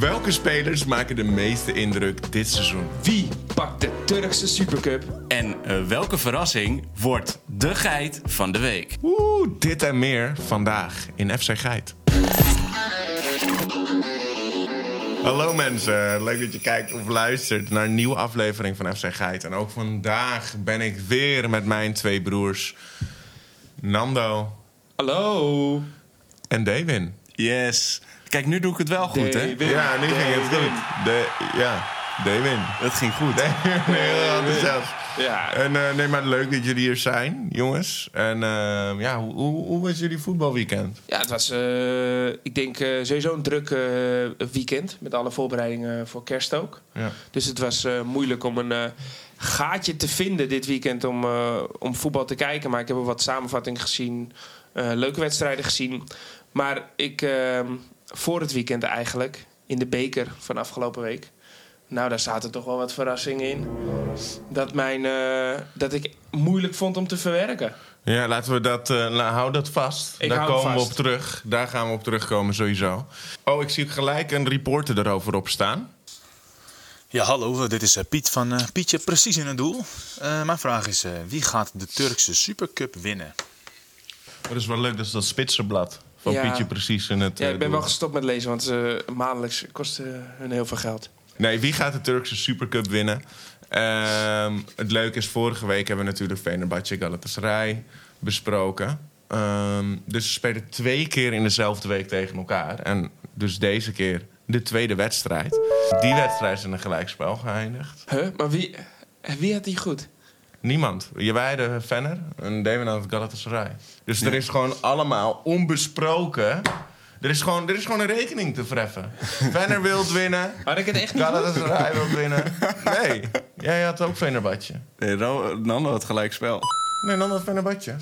Welke spelers maken de meeste indruk dit seizoen? Wie pakt de Turkse Supercup? En eh, welke verrassing wordt de geit van de week? Oeh, dit en meer vandaag in FC Geit. Hallo mensen, leuk dat je kijkt of luistert naar een nieuwe aflevering van FC Geit. En ook vandaag ben ik weer met mijn twee broers Nando Hallo. en Dewin. Yes. Kijk, nu doe ik het wel goed, hè? David. Ja, nu ging het Dewin. goed. De, ja, Dewin. Het ging goed. Dewin, heel enthousiast. Ja. En eh, nee, maar leuk dat jullie hier zijn, jongens. En eh, ja, hoe, hoe, hoe was jullie voetbalweekend? ja, het was, eh, ik denk, eh, sowieso een druk eh, weekend. Met alle voorbereidingen voor kerst ook. Ja. Dus het was eh, moeilijk om een eh, gaatje te vinden dit weekend om, eh, om voetbal te kijken. Maar ik heb wel wat samenvattingen gezien, eh, leuke wedstrijden gezien. Maar ik, eh, voor het weekend eigenlijk, in de beker van afgelopen week. Nou, daar zaten toch wel wat verrassingen in. Dat, mijn, eh, dat ik moeilijk vond om te verwerken. Ja, laten we dat. eh, la- hou dat vast. Ik Daar hou het komen we vast. op terug. Daar gaan we op terugkomen sowieso. Oh, ik zie gelijk een reporter erover op staan. Ja, hallo, eh, dit is eh, Piet van eh, Pietje Precies in het Doel. Eh, mijn vraag is, eh, wie gaat de Turkse Supercup winnen? Dat is wel leuk, dat is dat spitsenblad van Ja. Pietje precies in het. Ja, eh, ik ben doel. wel gestopt met lezen, want ze maandelijks kosten hun heel veel geld. Nee, wie gaat de Turkse Supercup winnen? Ehm, het leuke is, vorige week hebben we natuurlijk Fenerbahce Galatasaray besproken. Ehm, dus ze spelen twee keer in dezelfde week tegen elkaar. En dus deze keer de tweede wedstrijd. Die wedstrijd is in een gelijkspel geëindigd. Huh? Maar wie, wie had die goed? Niemand. Jij de Venner en Damon aan het Galatasaray. Dus er is gewoon allemaal onbesproken... Er is gewoon, er is gewoon een rekening te treffen. Venner wil winnen, Had ik het echt niet goed? Galatasaray wil winnen. Nee, jij had ook Venerbahce. Nee, Ro- eh, Nando had gelijk spel. Nee, dan had Venerbahce.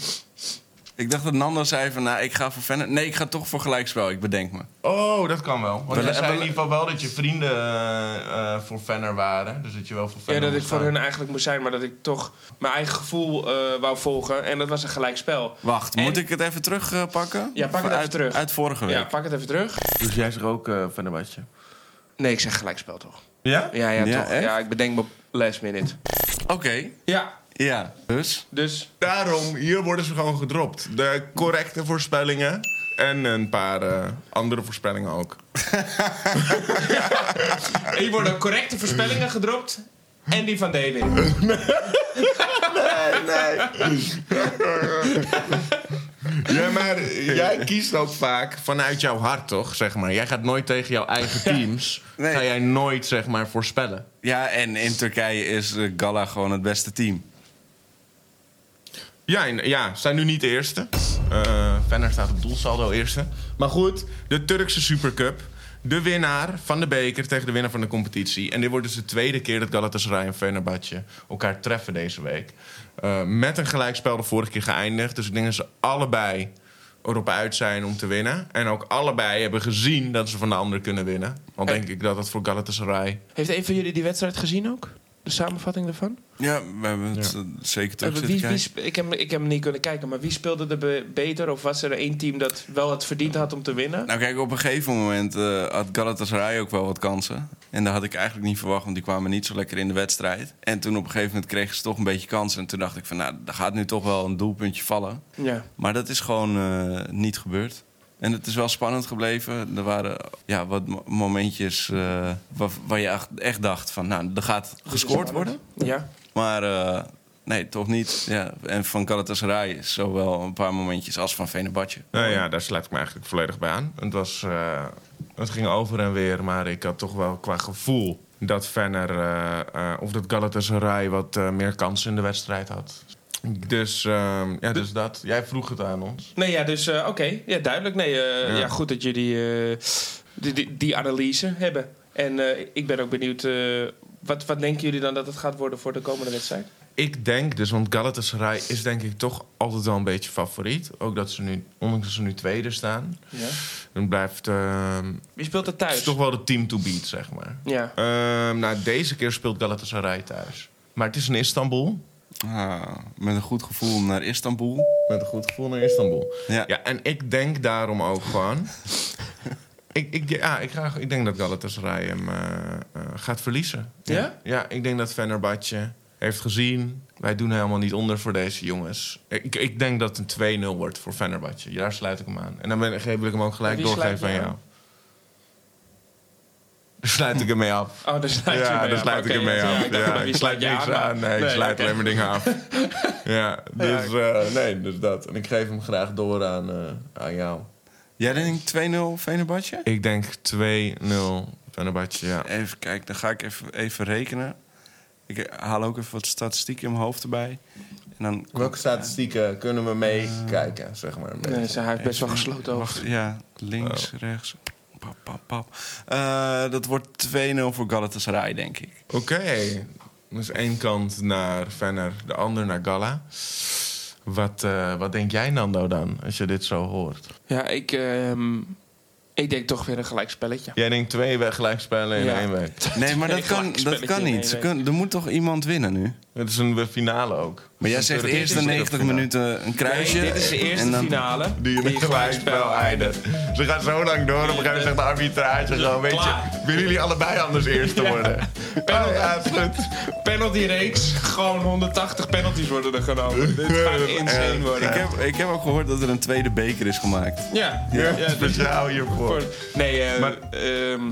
Ik dacht dat Nando zei van, nou, ik ga voor Feyenoord. Nee, ik ga toch voor gelijkspel, ik bedenk me. Oh, dat kan wel. Want Wel- jij zei in wel- ieder geval wel dat je vrienden eh, eh, voor Venner waren. Dus dat je wel voor Ja, Venner dat ik moest voor gaan. hun eigenlijk moest zijn, maar dat ik toch mijn eigen gevoel eh, wou volgen. En dat was een gelijkspel. Wacht, En- moet ik het even terugpakken? Ja, pak het even uit, terug. Uit vorige week. Ja, pak het even terug. Dus jij zegt ook eh Venerbahce. Nee, ik zeg gelijkspel toch? Ja? Ja, ja, Ja, toch. echt? Ja, ik bedenk me op last minute. Oké, Ja, ja. Dus? dus Daarom, hier worden ze gewoon gedropt. De correcte voorspellingen en een paar eh, andere voorspellingen ook. hier worden correcte voorspellingen gedropt. En die van David. Ja, maar jij kiest ook vaak vanuit jouw hart, toch? Zeg maar. Jij gaat nooit tegen jouw eigen teams. Nee. Ga jij nooit, zeg maar, voorspellen. Ja, en in Turkije is eh, Gala gewoon het beste team. Ja, en- ja, zijn nu niet de eerste. Eh Venner staat op doelsaldo eerste. Maar goed, de Turkse Supercup. De winnaar van de beker tegen de winnaar van de competitie. En dit wordt dus de tweede keer dat Galatasaray en Fenerbahce elkaar treffen deze week. Eh, met een gelijkspel de vorige keer geëindigd. Dus ik denk dat ze allebei erop uit zijn om te winnen. En ook allebei hebben gezien dat ze van de ander kunnen winnen. Want denk ik dat dat voor Galatasaray... Heeft een van jullie die wedstrijd gezien ook? De samenvatting ervan? Ja, we hebben het eh, zeker terug Eh, wie, zitten wie kijken. sp- ik, heb, ik heb hem niet kunnen kijken, maar wie speelde er be- beter? Of was er één team dat wel het verdiend had om te winnen? Nou kijk, op een gegeven moment eh, had Galatasaray ook wel wat kansen. En dat had ik eigenlijk niet verwacht, want die kwamen niet zo lekker in de wedstrijd. En toen op een gegeven moment kregen ze toch een beetje kansen. En toen dacht ik van, nou, er gaat nu toch wel een doelpuntje vallen. Ja. Maar dat is gewoon eh, niet gebeurd. En het is wel spannend gebleven. Er waren ja, wat mo- momentjes eh, waar, waar je echt- echt dacht van, nou, er gaat gescoord worden. Ja. Maar eh, nee, toch niet. Ja. En van Galatasaray zowel een paar momentjes als van Venebadje. Nou ja, daar sluit ik me eigenlijk volledig bij aan. Het, was, eh, het ging over en weer, maar ik had toch wel qua gevoel dat Venner eh, eh, of dat Galatasaray wat eh, meer kansen in de wedstrijd had. Dus ehm, ja, dus dat. Jij vroeg het aan ons. Nee, ja, dus eh, oké. Ja, duidelijk. Nee, eh, ja. Ja. goed dat jullie eh, die, die, die analyse hebben. En eh, ik ben ook benieuwd, eh, wat, wat denken jullie dan dat het gaat worden voor de komende wedstrijd? Ik denk dus, want Galatasaray is denk ik toch altijd wel een beetje favoriet. Ook dat ze nu, ondanks dat ze nu tweede staan, Ja. dan blijft ehm, Wie speelt er het thuis? is toch wel de team to beat, zeg maar. Ja. Ehm, nou, deze keer speelt Galatasaray thuis. Maar het is in Istanbul. Ah, met een goed gevoel naar Istanbul. Met een goed gevoel naar Istanbul. Ja. Ja, en ik denk daarom ook gewoon Ik, ik, ja, ik, ga, ik denk dat Galatasaray hem eh, eh, gaat verliezen. Ja? Ja, ik denk dat Fenerbahce heeft gezien... wij doen helemaal niet onder voor deze jongens. Ik, ik denk dat het een 2-0 wordt voor Fenerbahce. Ja, Daar sluit ik hem aan. En dan ben, wil ik hem ook gelijk En wie sluit doorgeven aan je jou. aan? Daar sluit ik hem mee af. Oh, daar sluit je Ja, mee daar af. sluit ik Oké, hem mee ja, af. ik dacht, Ja, maar wie ik sluit je niks aan. Maar- Nee, ik sluit oké. alleen maar dingen af. Ja, dus eh, nee, dus dat. En ik geef hem graag door aan, eh, aan jou. Jij denkt 2-0 Venebadje? Ik denk 2-0 Fenerbahce, ja. Even kijken, dan ga ik even, even rekenen. Ik haal ook even wat statistieken in mijn hoofd erbij. En dan Welke statistieken kunnen we meekijken, zeg maar? Nee, ze heeft best wel gesloten over. Ja, links, Oh. rechts. Pap, pap, pap. Eh, dat wordt 2-0 voor Galatasaray, denk ik. Oké. Dus één kant naar Fenner, de ander naar Gala. Wat, eh, wat denk jij, Nando, dan, als je dit zo hoort? Ja, ik, ehm, ik denk toch weer een gelijkspelletje. Jij denkt twee we- gelijkspellen in Ja. één week. Nee, maar dat Ik kan, maak een dat kan spelletje, niet. Ze nee, kunnen- er moet toch iemand winnen nu? Het is een finale ook. Maar jij zegt eerst de 90 minuten een kruisje. dit is de eerste en dan- finale. Die in een gelijkspel eindigt. Ze gaan zo lang door, op een gegeven moment zegt de arbitrage gewoon... Weet je, Klaar. willen jullie allebei anders eerst te worden? Penalty. Oh ja, is goed. Penalty reeks. Gewoon 180 penalties worden er genomen. Dit gaat insane worden. Ik heb, ik heb ook gehoord dat er een tweede beker is gemaakt. Ja, Ja, ja, dit- speciaal hiervoor. Nee, eh, Maar- ehm,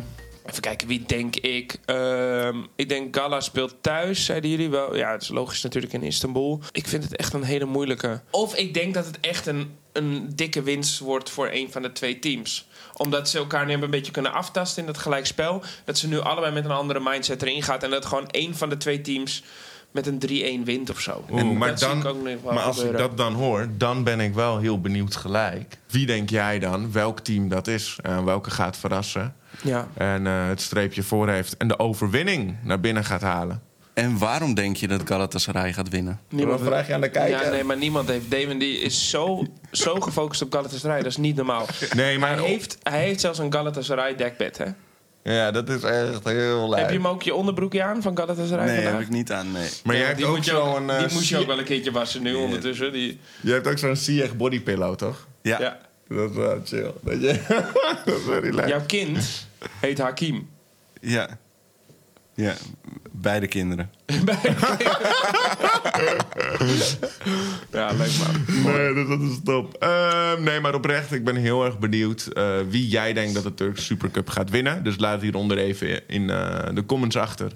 even kijken, wie denk ik? Ehm, ik denk Gala speelt thuis, zeiden jullie wel. Ja, het is logisch natuurlijk in Istanbul. Ik vind het echt een hele moeilijke. Of ik denk dat het echt een, een dikke winst wordt voor een van de twee teams omdat ze elkaar nu een beetje kunnen aftasten in dat gelijkspel. Dat ze nu allebei met een andere mindset erin gaat. En dat gewoon één van de twee teams met een 3-1 wint of zo. Oeh, En maar dat dan, zie ik ook nog wel maar als ik gebeuren. dat dan hoor, dan ben ik wel heel benieuwd gelijk. Wie denk jij dan, welk team dat is? En welke gaat verrassen? Ja. En eh, het streepje voor heeft. En de overwinning naar binnen gaat halen. En waarom denk je dat Galatasaray gaat winnen? Wat vraag je aan de kijker? Ja, nee, maar niemand heeft. Damon die is zo, zo gefocust op Galatasaray. Dat is niet normaal. Nee, maar... Hij heeft, hij heeft zelfs een Galatasaray dekbed, hè? Ja, dat is echt heel Heb je leuk. hem ook je onderbroekje aan van Galatasaray Nee, vandaag? heb ik niet aan. Nee. Maar jij Ja, hebt die ook moet je ook- zo'n... eh, Die moet je Sie- ook wel een keertje wassen nu ondertussen. Die, Je hebt ook zo'n Sieg bodypillow, toch? Ja. ja. Dat is wel chill. Dat, je... dat is wel relaxed. Jouw kind heet Hakim. Ja. Ja, beide kinderen. Ja, leuk man. Nee, dus dat is top. Ehm, nee, maar oprecht, ik ben heel erg benieuwd eh, wie jij denkt dat de Turkse Supercup gaat winnen. Dus laat het hieronder even in eh, de comments achter.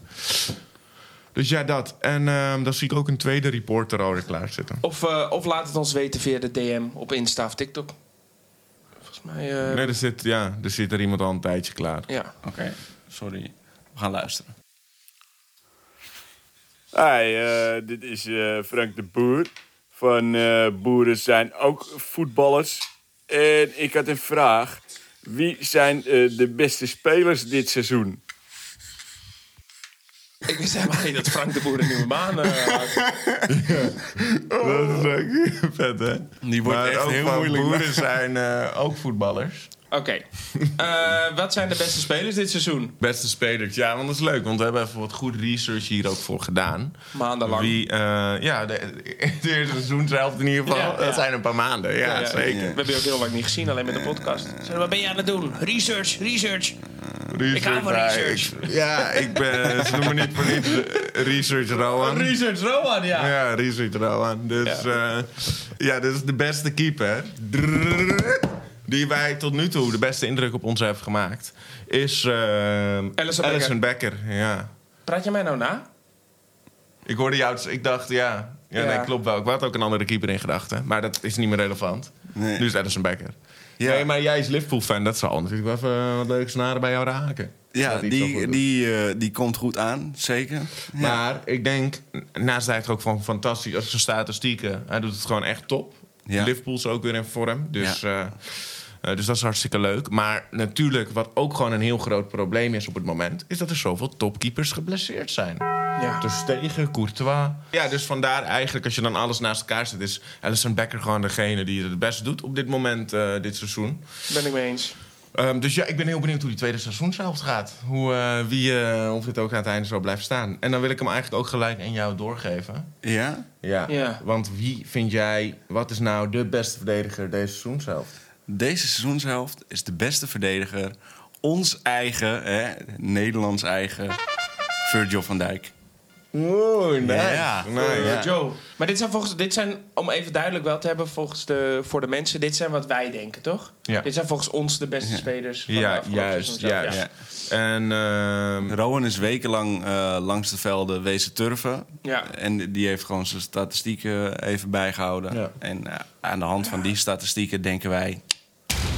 Dus ja, dat. En ehm dan zie ik ook een tweede reporter alweer klaar zitten. Of, eh, of laat het ons weten via de DM op Insta of TikTok. Volgens mij. Ehm. eh, Nee, er zit, ja, er zit er iemand al een tijdje klaar. Ja. Oké, sorry. We gaan luisteren. Hi, eh, dit is eh, Frank de Boer. Van eh, Boeren zijn ook voetballers. En ik had een vraag. Wie zijn eh, de beste spelers dit seizoen? Ik wist helemaal niet dat Frank de Boer een nieuwe baan eh, had. Dat is leuk. Vet, hè? Die wordt maar echt ook heel van moeilijk. boeren zijn eh, ook voetballers. Oké. Eh, wat zijn de beste spelers dit seizoen? Beste spelers, ja, want dat is leuk. Want we hebben even wat goed research hier ook voor gedaan. Maandenlang. Wie, eh, ja, de, het eerste seizoen zelf in ieder geval. Ja, ja. Dat zijn een paar maanden, ja, Ja, ja. zeker. Eh, We hebben je ook heel lang niet gezien, alleen met de podcast. Zeg, wat ben je aan het doen? Research, research. Research, Ik hou van ja, research. ik- ja, ik ben, ze noemen me niet voor niets eh, Research Rowan. Research Rowan, ja. Ja, Research Rowan. Dus ja, ja dit is de beste keeper. Die wij tot nu toe de beste indruk op ons heeft gemaakt. Is eh, Becker. Alison Becker. Ja. Praat je mij nou na? Ik hoorde jou, dus ik dacht, ja, ja, Ja. Nee, klopt wel. Ik had ook een andere keeper in gedachten. Maar dat is niet meer relevant. Nee. Nu is Edison Becker. Nee, maar jij is Liverpool-fan. Dat zal natuurlijk wel even eh, wat leuke snaren bij jou raken. Ja, Dat hij het zo goed die, doet. die, eh, die komt goed aan, zeker. Maar ik denk, naast hij het ook van fantastisch, als zijn statistieken, hij doet het gewoon echt top. Ja. Liverpool is ook weer in vorm, dus, eh, eh, dus dat is hartstikke leuk. Maar natuurlijk, wat ook gewoon een heel groot probleem is op het moment, is dat er zoveel topkeepers geblesseerd zijn. Ja. Dus tegen Courtois. Ja, dus vandaar eigenlijk, als je dan alles naast elkaar zet, is Alison Becker gewoon degene die het het best doet op dit moment, eh, dit seizoen. Ben ik mee eens. Ehm, dus ja, ik ben heel benieuwd hoe die tweede seizoenshelft gaat. Hoe, eh, wie, eh, of dit ook aan het einde zo blijft staan. En dan wil ik hem eigenlijk ook gelijk aan jou doorgeven. Ja? Ja. Ja. Want wie vind jij, wat is nou de beste verdediger deze seizoenshelft? Deze seizoenshelft is de beste verdediger. Ons eigen, hè, Nederlands eigen, Virgil van Dijk. Oeh, nice. Ja. Nice. Ja. Joe. Maar dit zijn volgens, dit zijn, om even duidelijk wel te hebben volgens de, voor de mensen, dit zijn wat wij denken, toch? Ja. Dit zijn volgens ons de beste spelers. Van de Ja, afgelopen juist, seizoen zelf, juist. Ja. En ehm, Rowan is wekenlang eh, langs de velden wezen turven. Ja. En die heeft gewoon zijn statistieken even bijgehouden. Ja. En eh, aan de hand van die statistieken denken wij...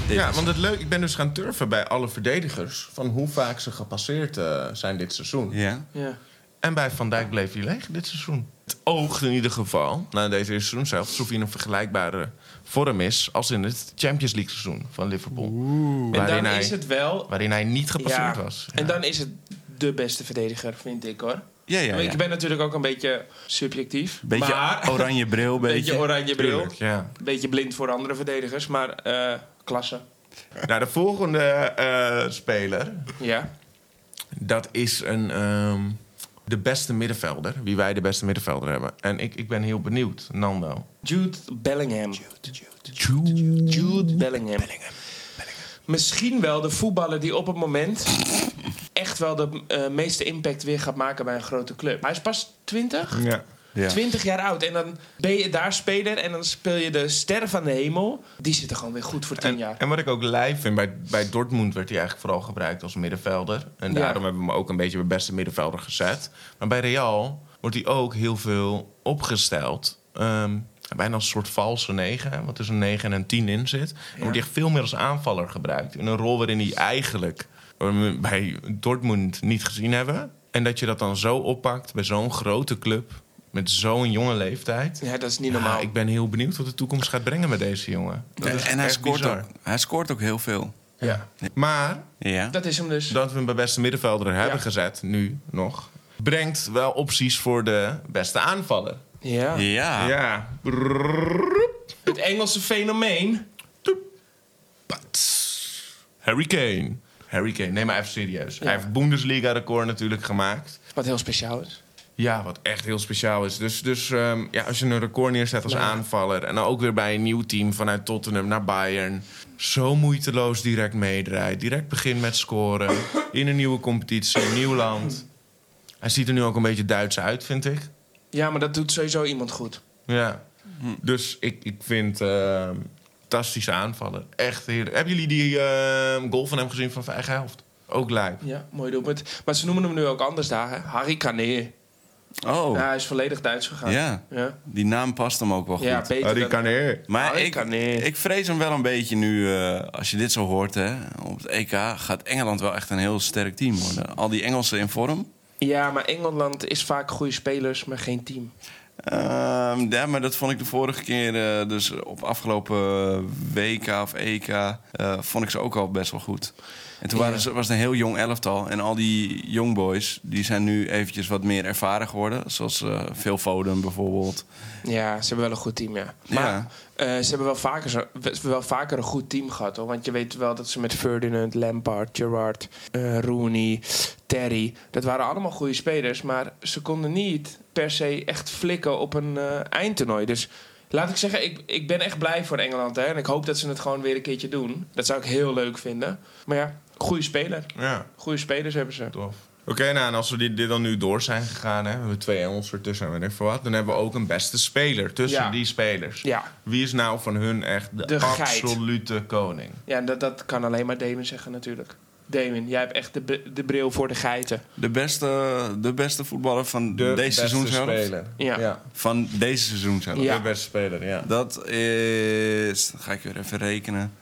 Dit ja, is- want het leuk, ik ben dus gaan turven bij alle verdedigers van hoe vaak ze gepasseerd eh, zijn dit seizoen. ja. Ja. En bij Van Dijk bleef hij leeg dit seizoen. Het oogt in ieder geval, na deze eerste seizoen zelf, alsof hij in een vergelijkbare vorm is als in het Champions League seizoen van Liverpool. En Waarin dan hij, is het wel... waarin hij niet Ja, gepasseerd was. En dan is het de beste verdediger, vind ik hoor. Ja, ja, ja. Oh, Ik ben natuurlijk ook een beetje subjectief. Beetje maar, oranje bril, beetje. beetje oranje bril. Tuurlijk, ja. Beetje blind voor andere verdedigers, maar eh klasse. Nou, de volgende eh, speler, Ja. dat is een, ehm, de beste middenvelder. Wie wij de beste middenvelder hebben. En ik, ik ben heel benieuwd, Nando. Jude Bellingham. Jude, Bellingham. Misschien wel de voetballer die op het moment echt wel de eh, meeste impact weer gaat maken bij een grote club. Hij is pas 20? Ja. Ja. 20 jaar oud. En dan ben je daar speler en dan speel je de sterren van de hemel. Die zitten gewoon weer goed voor 10 jaar. En, en wat ik ook lijf vind, bij, bij Dortmund werd hij eigenlijk vooral gebruikt als middenvelder. En Ja. daarom hebben we hem ook een beetje bij beste middenvelder gezet. Maar bij Real wordt hij ook heel veel opgesteld. Ehm, bijna als een soort valse negen, hè, want tussen een negen en een tien in zit. En wordt hij echt veel meer als aanvaller gebruikt. In een rol waarin hij eigenlijk waar we hem bij Dortmund niet gezien hebben. En dat je dat dan zo oppakt bij zo'n grote club, met zo'n jonge leeftijd. Ja, dat is niet Ja, normaal. Ah, ik ben heel benieuwd wat de toekomst gaat brengen met deze jongen. Dat En, is hij, echt scoort bizar. ook, hij scoort ook heel veel. Ja. Maar Ja. Dat is hem dus. dat we hem bij beste middenvelder hebben Ja. gezet, nu nog, brengt wel opties voor de beste aanvaller. Ja. ja. Ja. Brrrr. Het Engelse fenomeen. Pats. Harry Kane. Harry Kane, neem maar even serieus. Hij heeft Bundesliga-record natuurlijk gemaakt. Wat heel speciaal is. Ja, wat echt heel speciaal is. Dus, dus ehm, ja, als je een record neerzet als aanvaller... en dan ook weer bij een nieuw team vanuit Tottenham naar Bayern... zo moeiteloos direct meedraait. Direct begint met scoren. In een nieuwe competitie, een nieuw land. Hij ziet er nu ook een beetje Duits uit, vind ik. Ja, maar dat doet sowieso iemand goed. Ja. Hm. Dus ik, ik vind... ehm fantastische aanvaller. Echt heerlijk. Hebben jullie die ehm, goal van hem gezien van eigen helft? Ook lijp. Ja, mooi doelpunt. Maar ze noemen hem nu ook anders daar, hè? Harry Kane. Oh, Ja, hij is volledig Duits gegaan. ja. Ja, Die naam past hem ook wel goed. ja beter Harry dan- Kane. Maar Ah, ik ik, kan niet. ik vrees hem wel een beetje nu, eh, als je dit zo hoort, hè, op het EK gaat Engeland wel echt een heel sterk team worden. Al die Engelsen in vorm. Ja, maar Engeland is vaak goede spelers, maar geen team. Ehm, ja, maar dat vond ik de vorige keer, eh, dus op afgelopen WK of EK, eh, vond ik ze ook al best wel goed. En toen waren ze, was het een heel jong elftal. En al die jongboys, die zijn nu eventjes wat meer ervaren geworden. Zoals eh Phil Foden bijvoorbeeld. Ja, ze hebben wel een goed team, ja. Maar Ja. eh, ze hebben wel vaker, zo- we- ze hebben wel vaker een goed team gehad, hoor. Want je weet wel dat ze met Ferdinand, Lampard, Gerrard, eh, Rooney, Terry... Dat waren allemaal goede spelers, maar ze konden niet per se echt flikken op een eh, eindtoernooi. Dus laat ik zeggen, ik, ik ben echt blij voor Engeland, hè. En ik hoop dat ze het gewoon weer een keertje doen. Dat zou ik heel leuk vinden. Maar ja, goede speler. Ja. Goede spelers hebben ze. Tof. Oké, nou, en als we dit, dit dan nu door zijn gegaan, hè, we hebben twee Engels ertussen en weet ik veel wat, dan hebben we ook een beste speler tussen Ja. die spelers. Ja. Wie is nou van hun echt de, De geit. absolute koning? Ja, dat, dat kan alleen maar Damon zeggen natuurlijk. Damon, jij hebt echt de, br- de bril voor de geiten. De beste, de beste voetballer van De deze seizoen zelf. speler. Ja. Van deze seizoen zelf. Ja. De beste speler, ja. Dat is. Dan ga ik weer even rekenen.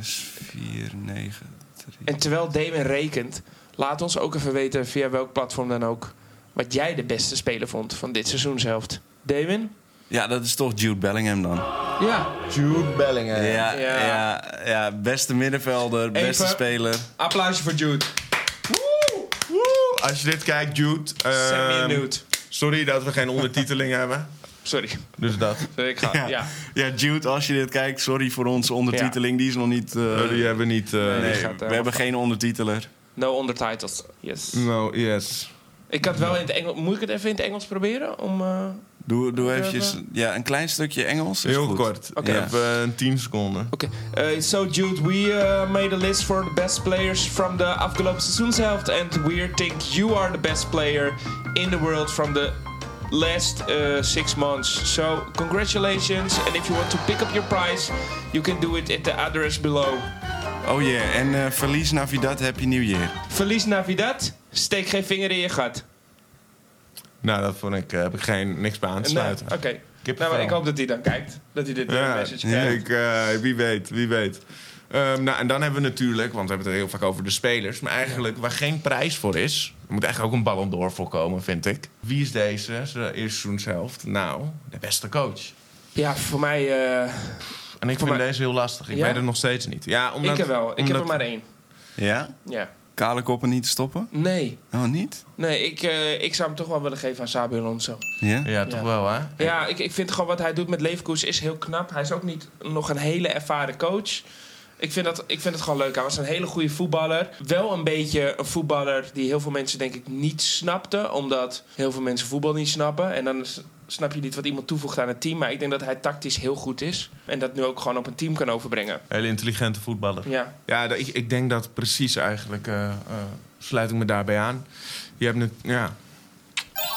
6, 4, 9, 3. En terwijl Damon rekent, laat ons ook even weten via welk platform dan ook... wat jij de beste speler vond van dit seizoenshelft. Damon? Ja, dat is toch Jude Bellingham dan. Ja. Jude Bellingham. Ja, Ja. ja. ja, beste middenvelder, beste Even. speler. Applausje voor Jude. Woe, woe. Als je dit kijkt, Jude. Send me ehm, a nude. sorry dat we geen ondertiteling hebben. Sorry. Dus dat. Ik ga... Ja. ja. ja, Jude, als je dit kijkt, sorry voor onze ondertiteling. Die is nog niet... eh, Eh, die hebben niet. eh, die nee, gaat, eh, we hebben geen ondertiteler. No undertitles. Yes. No, yes. Ik had wel in het Engels... Moet ik het even in het Engels proberen? Om, eh, Doe, doe eventjes ja, een klein stukje Engels. is Heel goed. kort. Oké. Ik heb eh, een 10 seconden. Okay, uh, so Jude, we uh, made a list for the best players from the afgelopen seizoenshelft, and we think you are the best player in the world from the last uh, six months. So congratulations, and if you want to pick up your prize, you can do it at the address below. Oh yeah, en eh, verlies Navidad, happy new year. Feliz Navidad, steek geen vinger in je gat. Nou, dat vond ik, eh, heb ik geen, niks bij aan te Nou, sluiten. Oké, nou, maar gevangen. ik hoop dat hij dan kijkt, dat hij dit eh, Ja, message ja, krijgt. ik, eh, wie weet, wie weet. Ehm, nou, en dan hebben we natuurlijk, want we hebben het heel vaak over de spelers... maar eigenlijk waar geen prijs voor is... er moet eigenlijk ook een Ballon d'Or voor komen, vind ik. Wie is deze, zijn eerste seizoenshelft? Nou, de beste coach. Ja, voor mij, eh, En ik Voor vind mij- deze heel lastig. Ik Ja? weet het nog steeds niet. Ja, omdat, ik heb wel. Ik heb omdat- er maar één. Ja? Ja. Kale koppen niet te stoppen? Nee, Oh, niet? nee ik, eh, ik zou hem toch wel willen geven aan Sabi Alonso. Ja? Ja, toch Ja. wel, hè? Ja, ik, ik vind gewoon wat hij doet met Leverkusen is heel knap. Hij is ook niet nog een hele ervaren coach. Ik vind, dat, ik vind het gewoon leuk. Hij was een hele goede voetballer. Wel een beetje een voetballer die heel veel mensen denk ik niet snapten. Omdat heel veel mensen voetbal niet snappen. En dan s- snap je niet wat iemand toevoegt aan het team. Maar ik denk dat hij tactisch heel goed is. En dat nu ook gewoon op een team kan overbrengen. Hele intelligente voetballer. Ja, Ja, dat- ik, ik denk dat precies eigenlijk... eh, eh, sluit ik me daarbij aan. Je hebt het... Ja.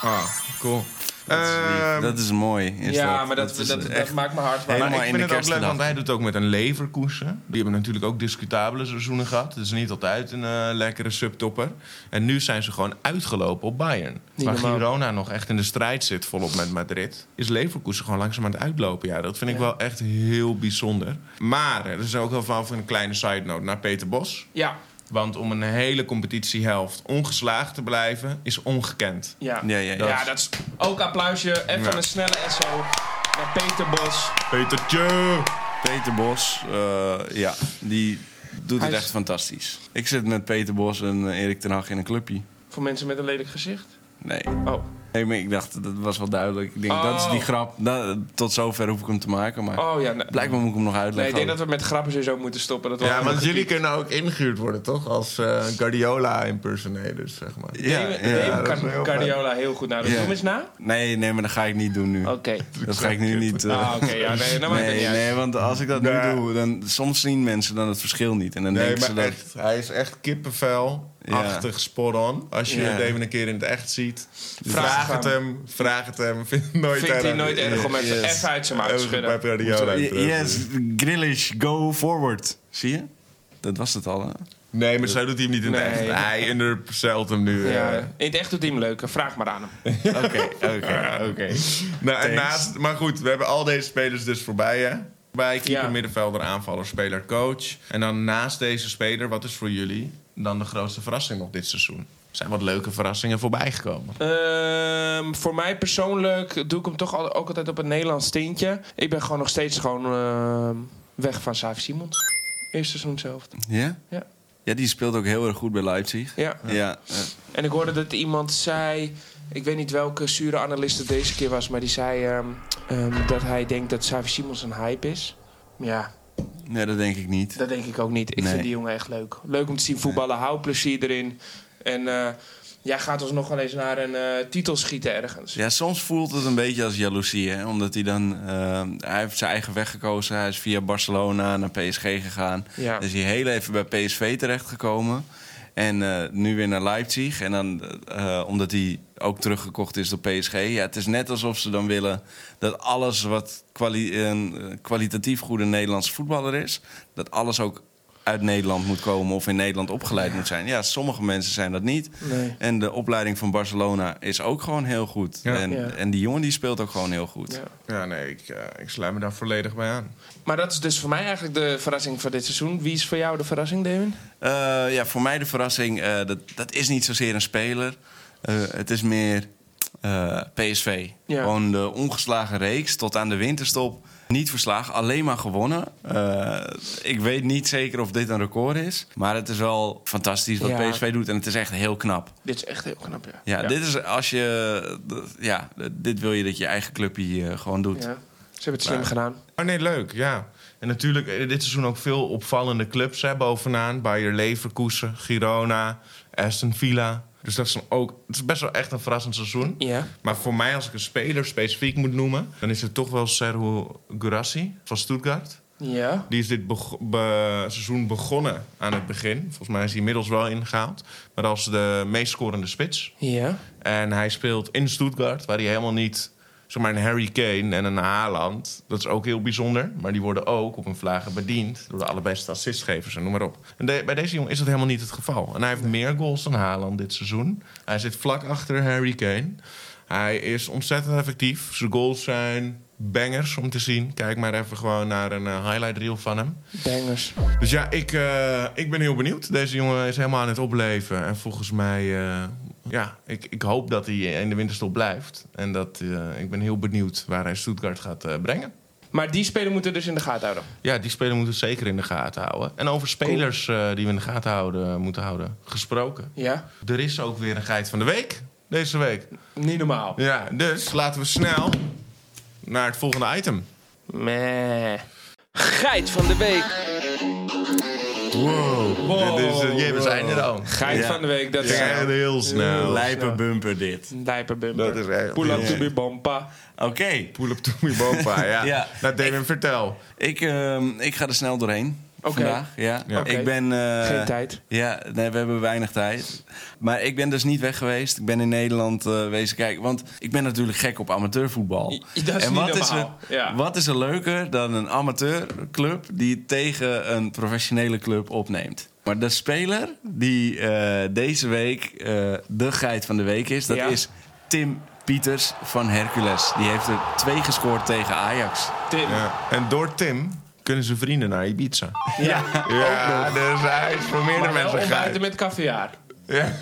Ah, cool. Dat is, lief. Ehm, dat is mooi. is ja maar dat, is eh, dat, dat, echt- maakt me hard warm. Maar Helemaal ik in vind de het ook leuk, kerstgedachte. want hij doet het ook met een leverkoersen. Die hebben natuurlijk ook discutabele seizoenen gehad. Het is niet altijd een eh, lekkere subtopper. En nu zijn ze gewoon uitgelopen op Bayern. Niet Waar normaal. Girona nog echt in de strijd zit, volop met Madrid... is Leverkusen gewoon langzaam aan het uitlopen. Ja, dat vind ik Ja. wel echt heel bijzonder. Maar eh, er is ook wel van van een kleine side note naar Peter Bos. Ja, Want om een hele competitiehelft ongeslagen te blijven, is ongekend. ja. Ja, ja, ja. Ja, dat is ook applausje. Even Ja. een snelle SO naar Peter Bos. Petertje! Peter Bos, eh, ja, die doet Hij het is- echt fantastisch. Ik zit met Peter Bos en eh, Erik ten Hag in een clubje. Voor mensen met een lelijk gezicht. Nee. Oh, nee, maar ik dacht, dat was wel duidelijk. Ik denk, Oh. dat is die grap. Nou, tot zover hoef ik hem te maken, maar oh ja. nee. blijkbaar moet ik hem nog Nee, uitleggen. ik denk dat we met grappen sowieso moeten stoppen. Dat we Ja, allemaal want jullie gepiept. kunnen ook ingehuurd worden, toch? Als eh, Guardiola impersonators, zeg maar. Ja, Damon- ja, Damon dat kan is heel Guardiola heel goed naar. Dus Ja. Doe eens na. Nee, nee, maar dat ga ik niet doen nu. Oké. Dat ga ik nu niet... eh, Ah, oké. ja, nee, nou maakt het Nee, niet uit. nee, want als ik dat nu Nee. doe, dan soms zien mensen dan het verschil niet. En dan Nee, denken ze maar dat... echt, hij is echt kippenvel-achtig spot-on. Als je Ja. Dus het even een keer in het echt ziet, Vraag vraag het hem, vraag het hem. Vind het nooit Vindt hij nooit erg om even, Yes. even uit zijn mouw te uit bij schudden. Guardiola. Yes, Grillish, go forward. Zie je? Dat was het al, hè? Nee, maar zo doet hij hem niet in het Nee. echt. Hij underzelt hem nu. Ja, eh. in het echt doet hij hem leuk. Vraag maar aan hem. Oké, oké, oké. Nou, en Thanks. naast, maar goed, we hebben al deze spelers dus voorbij, hè? Bij keeper, Ja. middenvelder, aanvaller, speler, coach. En dan naast deze speler, wat is voor jullie dan de grootste verrassing nog dit seizoen? Er zijn wat leuke verrassingen voorbij gekomen. Ehm, voor mij persoonlijk doe ik hem toch al- ook altijd op het Nederlands tintje. Ik ben gewoon nog steeds gewoon ehm, weg van Savi Simons. Eerste seizoen zelf. Ja? Ja. Ja, die speelt ook heel erg goed bij Leipzig. Ja. Ja, eh, En ik hoorde dat iemand zei. Ik weet niet welke zure analist het deze keer was, maar die zei ehm, ehm, dat hij denkt dat Xavi Simons een hype is. Ja, nee, dat denk ik niet. dat denk ik ook niet. Ik Nee. vind die jongen echt leuk. Leuk om te zien voetballen, hou plezier erin. En eh, jij gaat ons nog wel eens naar een eh, titel schieten ergens. Ja, soms voelt het een beetje als jaloezie, hè? Omdat hij dan... eh, hij heeft zijn eigen weg gekozen. Hij is via Barcelona naar PSG gegaan. Ja. Dan is hij heel even bij PSV terechtgekomen. En eh, nu weer naar Leipzig. En dan, eh, omdat hij ook teruggekocht is door PSG. Ja, het is net alsof ze dan willen dat alles wat kwali- een eh, kwalitatief goede Nederlandse voetballer is... dat alles ook uit Nederland moet komen of in Nederland opgeleid moet zijn. Ja, sommige mensen zijn dat niet. Nee. En de opleiding van Barcelona is ook gewoon heel goed. Ja. En, Ja. en die jongen die speelt ook gewoon heel goed. Ja. Ja, nee, ik, eh, ik sluit me daar volledig bij aan. Maar dat is dus voor mij eigenlijk de verrassing van dit seizoen. Wie is voor jou de verrassing, Damon? Eh, ja, voor mij de verrassing, eh, dat, dat is niet zozeer een speler. Eh, het is meer eh, PSV. Ja. Gewoon de ongeslagen reeks tot aan de winterstop. Niet verslagen, alleen maar gewonnen. Eh, ik weet niet zeker of dit een record is. Maar het is wel fantastisch wat Ja. PSV doet. En het is echt heel knap. Dit is echt heel knap, ja. Ja, dit is als je... d- Ja, d- dit wil je dat je eigen clubje eh, gewoon doet. Ja. Ze hebben het slim gedaan. Maar Oh, nee, leuk, ja. En natuurlijk eh, dit seizoen ook veel opvallende clubs hè, bovenaan. Bayer Leverkusen, Girona, Aston Villa. Dus dat is dan ook... Het is best wel echt een verrassend seizoen. Ja. Maar voor mij, als ik een speler specifiek moet noemen... dan is het toch wel Serhu Gurassi van Stuttgart. Ja. Die is dit beg- be- seizoen begonnen aan het begin. Volgens mij is hij inmiddels wel ingehaald. Maar als de meest scorende spits. Ja. En hij speelt in Stuttgart, waar hij helemaal niet... Zeg maar een Harry Kane en een Haaland. Dat is ook heel bijzonder. Maar die worden ook op een vlagen bediend... door de allerbeste assistgevers en noem maar op. En de- bij deze jongen is dat helemaal niet het geval. En hij heeft meer goals dan Haaland dit seizoen. Hij zit vlak achter Harry Kane. Hij is ontzettend effectief. Zijn goals zijn bangers om te zien. Kijk maar even gewoon naar een eh, highlight reel van hem. Bangers. Dus ja, ik, eh, ik ben heel benieuwd. Deze jongen is helemaal aan het opleven. En volgens mij, eh, ja, ik, ik hoop dat hij in de winterstop blijft. En dat, eh, ik ben heel benieuwd waar hij Stuttgart gaat eh, brengen. Maar die speler moeten we dus in de gaten houden. Ja, die speler moeten we zeker in de gaten houden. En over spelers eh, die we in de gaten houden, moeten houden, gesproken. Ja. Er is ook weer een geit van de week, deze week. Niet normaal. Ja, dus laten we snel naar het volgende item. Meh. Geit van de week. Wow. Dit is, eh, jee, we zijn er al. Geit Ja. van de week. Dat Het ging is echt heel snel. Lijpe bumper dit. een lijperbumper. Dat is echt- Pull up to be bompa. Oké. Poel op Toemi Bopa, ja. Ja. Nou, Damon, vertel. Ik, ehm, ik ga er snel doorheen. Oké. Vandaag, ja. Ja. Oké. Ik ben, eh, Geen tijd. Ja, nee, we hebben weinig tijd. Maar ik ben dus niet weg geweest. Ik ben in Nederland eh, wezen kijken. Want ik ben natuurlijk gek op amateurvoetbal. I- dat is en niet wat is, er, normaal. Ja. wat is er leuker dan een amateurclub die het tegen een professionele club opneemt? Maar de speler die eh, deze week eh, de geit van de week is, dat Ja. is Tim Pieters van Hercules. Die heeft er twee gescoord tegen Ajax. Tim. Ja. En door Tim kunnen zijn vrienden naar Ibiza. Ja. Ja, dus hij is voor meerdere Maar wel mensen geit. ontbijten met caviar. Ja,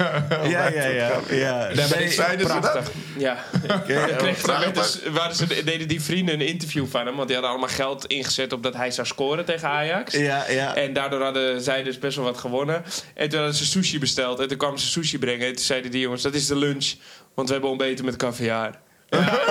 ja, ja. ja. Nee, zeiden ze dat? Prachtig. Ja. Dan kreeg ze- werd dus- waren ze- deden die vrienden een interview van hem. Want die hadden allemaal geld ingezet op dat hij zou scoren tegen Ajax. Ja, ja. En daardoor hadden zij dus best wel wat gewonnen. En toen hadden ze sushi besteld. En toen kwamen ze sushi brengen. En toen zeiden die jongens, dat is de lunch. Want we hebben ontbeten met caviar. Ja.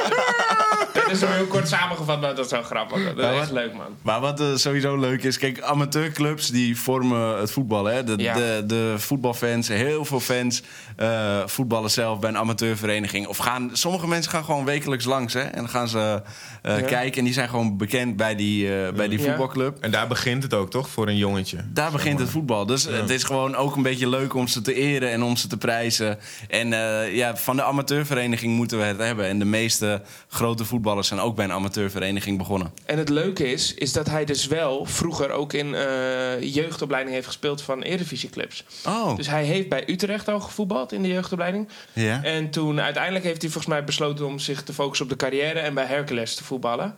dat is wel heel kort samengevat, maar dat is wel grappig. Dat Ja, is echt wat- leuk, man. Maar wat eh, sowieso leuk is, kijk, amateurclubs die vormen het voetbal. Hè? De, Ja. de, de voetbalfans, heel veel fans eh, voetballen zelf bij een amateurvereniging. Of gaan, sommige mensen gaan gewoon wekelijks langs hè? en dan gaan ze eh, kijken. En die zijn gewoon bekend bij die, eh, bij die Ja. voetbalclub. En daar begint het ook, toch? Voor een jongetje. Daar begint het voetbal. Dus het is gewoon ook een beetje leuk om ze te eren en om ze te prijzen. En eh, ja, van de amateurvereniging moeten we het hebben. En de meeste grote voetballers zijn ook bij een amateurvereniging begonnen. En het leuke is, is dat hij dus wel vroeger ook in eh, jeugdopleiding heeft gespeeld van Eredivisieclubs. Oh, Dus hij heeft bij Utrecht al gevoetbald in de jeugdopleiding. ja. En toen uiteindelijk heeft hij volgens mij besloten om zich te focussen op de carrière en bij Hercules te voetballen.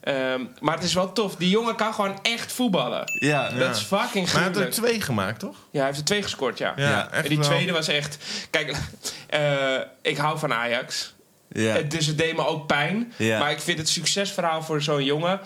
Ehm, maar het is wel tof. Die jongen kan gewoon echt voetballen. Ja, Dat is fucking Maar hij had er gruwelijk. twee gemaakt, toch? Ja, hij heeft er twee gescoord, ja. Ja, echt en die wel. tweede was echt... Kijk, eh, ik hou van Ajax. ja. Eh, Dus het deed me ook pijn. Ja. Maar ik vind het succesverhaal voor zo'n jongen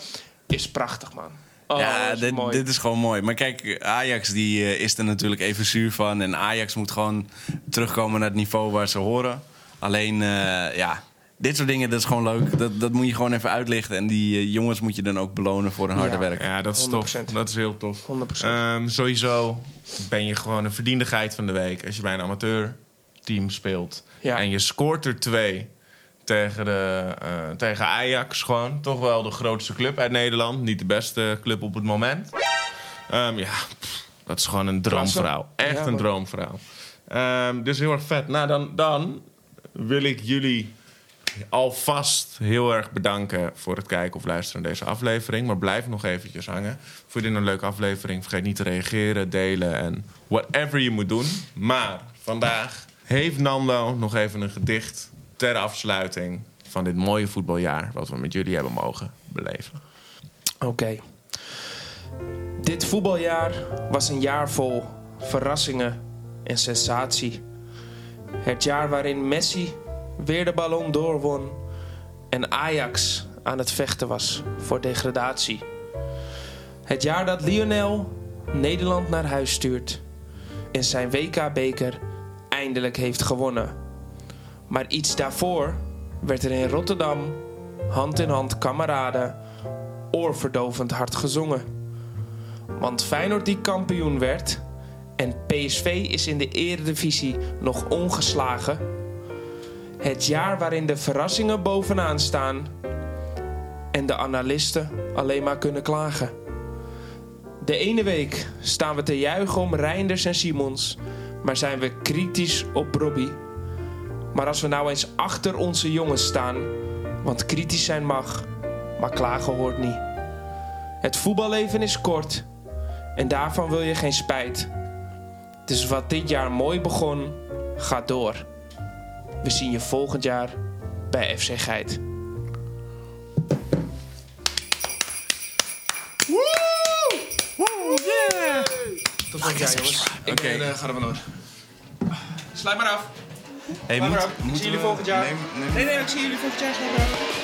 is prachtig, man. Oh, ja, dat is dit, mooi. dit is gewoon mooi. Maar kijk, Ajax die, eh, is er natuurlijk even zuur van. En Ajax moet gewoon terugkomen naar het niveau waar ze horen. Alleen, eh, ja, dit soort dingen, dat is gewoon leuk. Dat, dat moet je gewoon even uitlichten. En die eh, jongens moet je dan ook belonen voor hun harde Ja. werk. Ja, dat is tof. 100%. Dat is heel tof. 100%. Ehm, sowieso ben je gewoon een verdiende geit van de week. Als je bij een amateurteam speelt Ja. en je scoort er twee tegen, de, eh, tegen Ajax gewoon. Toch wel de grootste club uit Nederland. Niet de beste club op het moment. Ehm, ja, pff, dat is gewoon een droomverhaal. Echt Ja, een man. droomverhaal. Ehm, dus heel erg vet. Nou, dan, dan wil ik jullie alvast heel erg bedanken voor het kijken of luisteren naar deze aflevering. Maar blijf nog eventjes hangen. Vond je dit een leuke aflevering? Vergeet niet te reageren, delen en whatever je moet doen. Maar vandaag heeft Nando nog even een gedicht ter afsluiting van dit mooie voetbaljaar wat we met jullie hebben mogen beleven. Oké. Dit voetbaljaar was een jaar vol verrassingen en sensatie. Het jaar waarin Messi weer de Ballon d'Or won en Ajax aan het vechten was voor degradatie. Het jaar dat Lionel Nederland naar huis stuurt en zijn WK-beker eindelijk heeft gewonnen. Maar iets daarvoor werd er in Rotterdam hand in hand kameraden oorverdovend hard gezongen. Want Feyenoord die kampioen werd en PSV is in de eredivisie nog ongeslagen. Het jaar waarin de verrassingen bovenaan staan en de analisten alleen maar kunnen klagen. De ene week staan we te juichen om Reinders en Simons, maar zijn we kritisch op Robbie. Maar als we nou eens achter onze jongens staan, want kritisch zijn mag, maar klagen hoort niet. Het voetballeven is kort en daarvan wil je geen spijt. Dus wat dit jaar mooi begon, gaat door. We zien je volgend jaar bij FC Geit. Tot volgend jaar jongens. Ik Oké. ben, eh, ga er vandoor. Sluit maar af. Hey, Sluit maar moet- af. Ik moeten zie jullie we- volgend jaar. neem- neem- Nee, nee, ik zie jullie volgend jaar. Sluit maar af.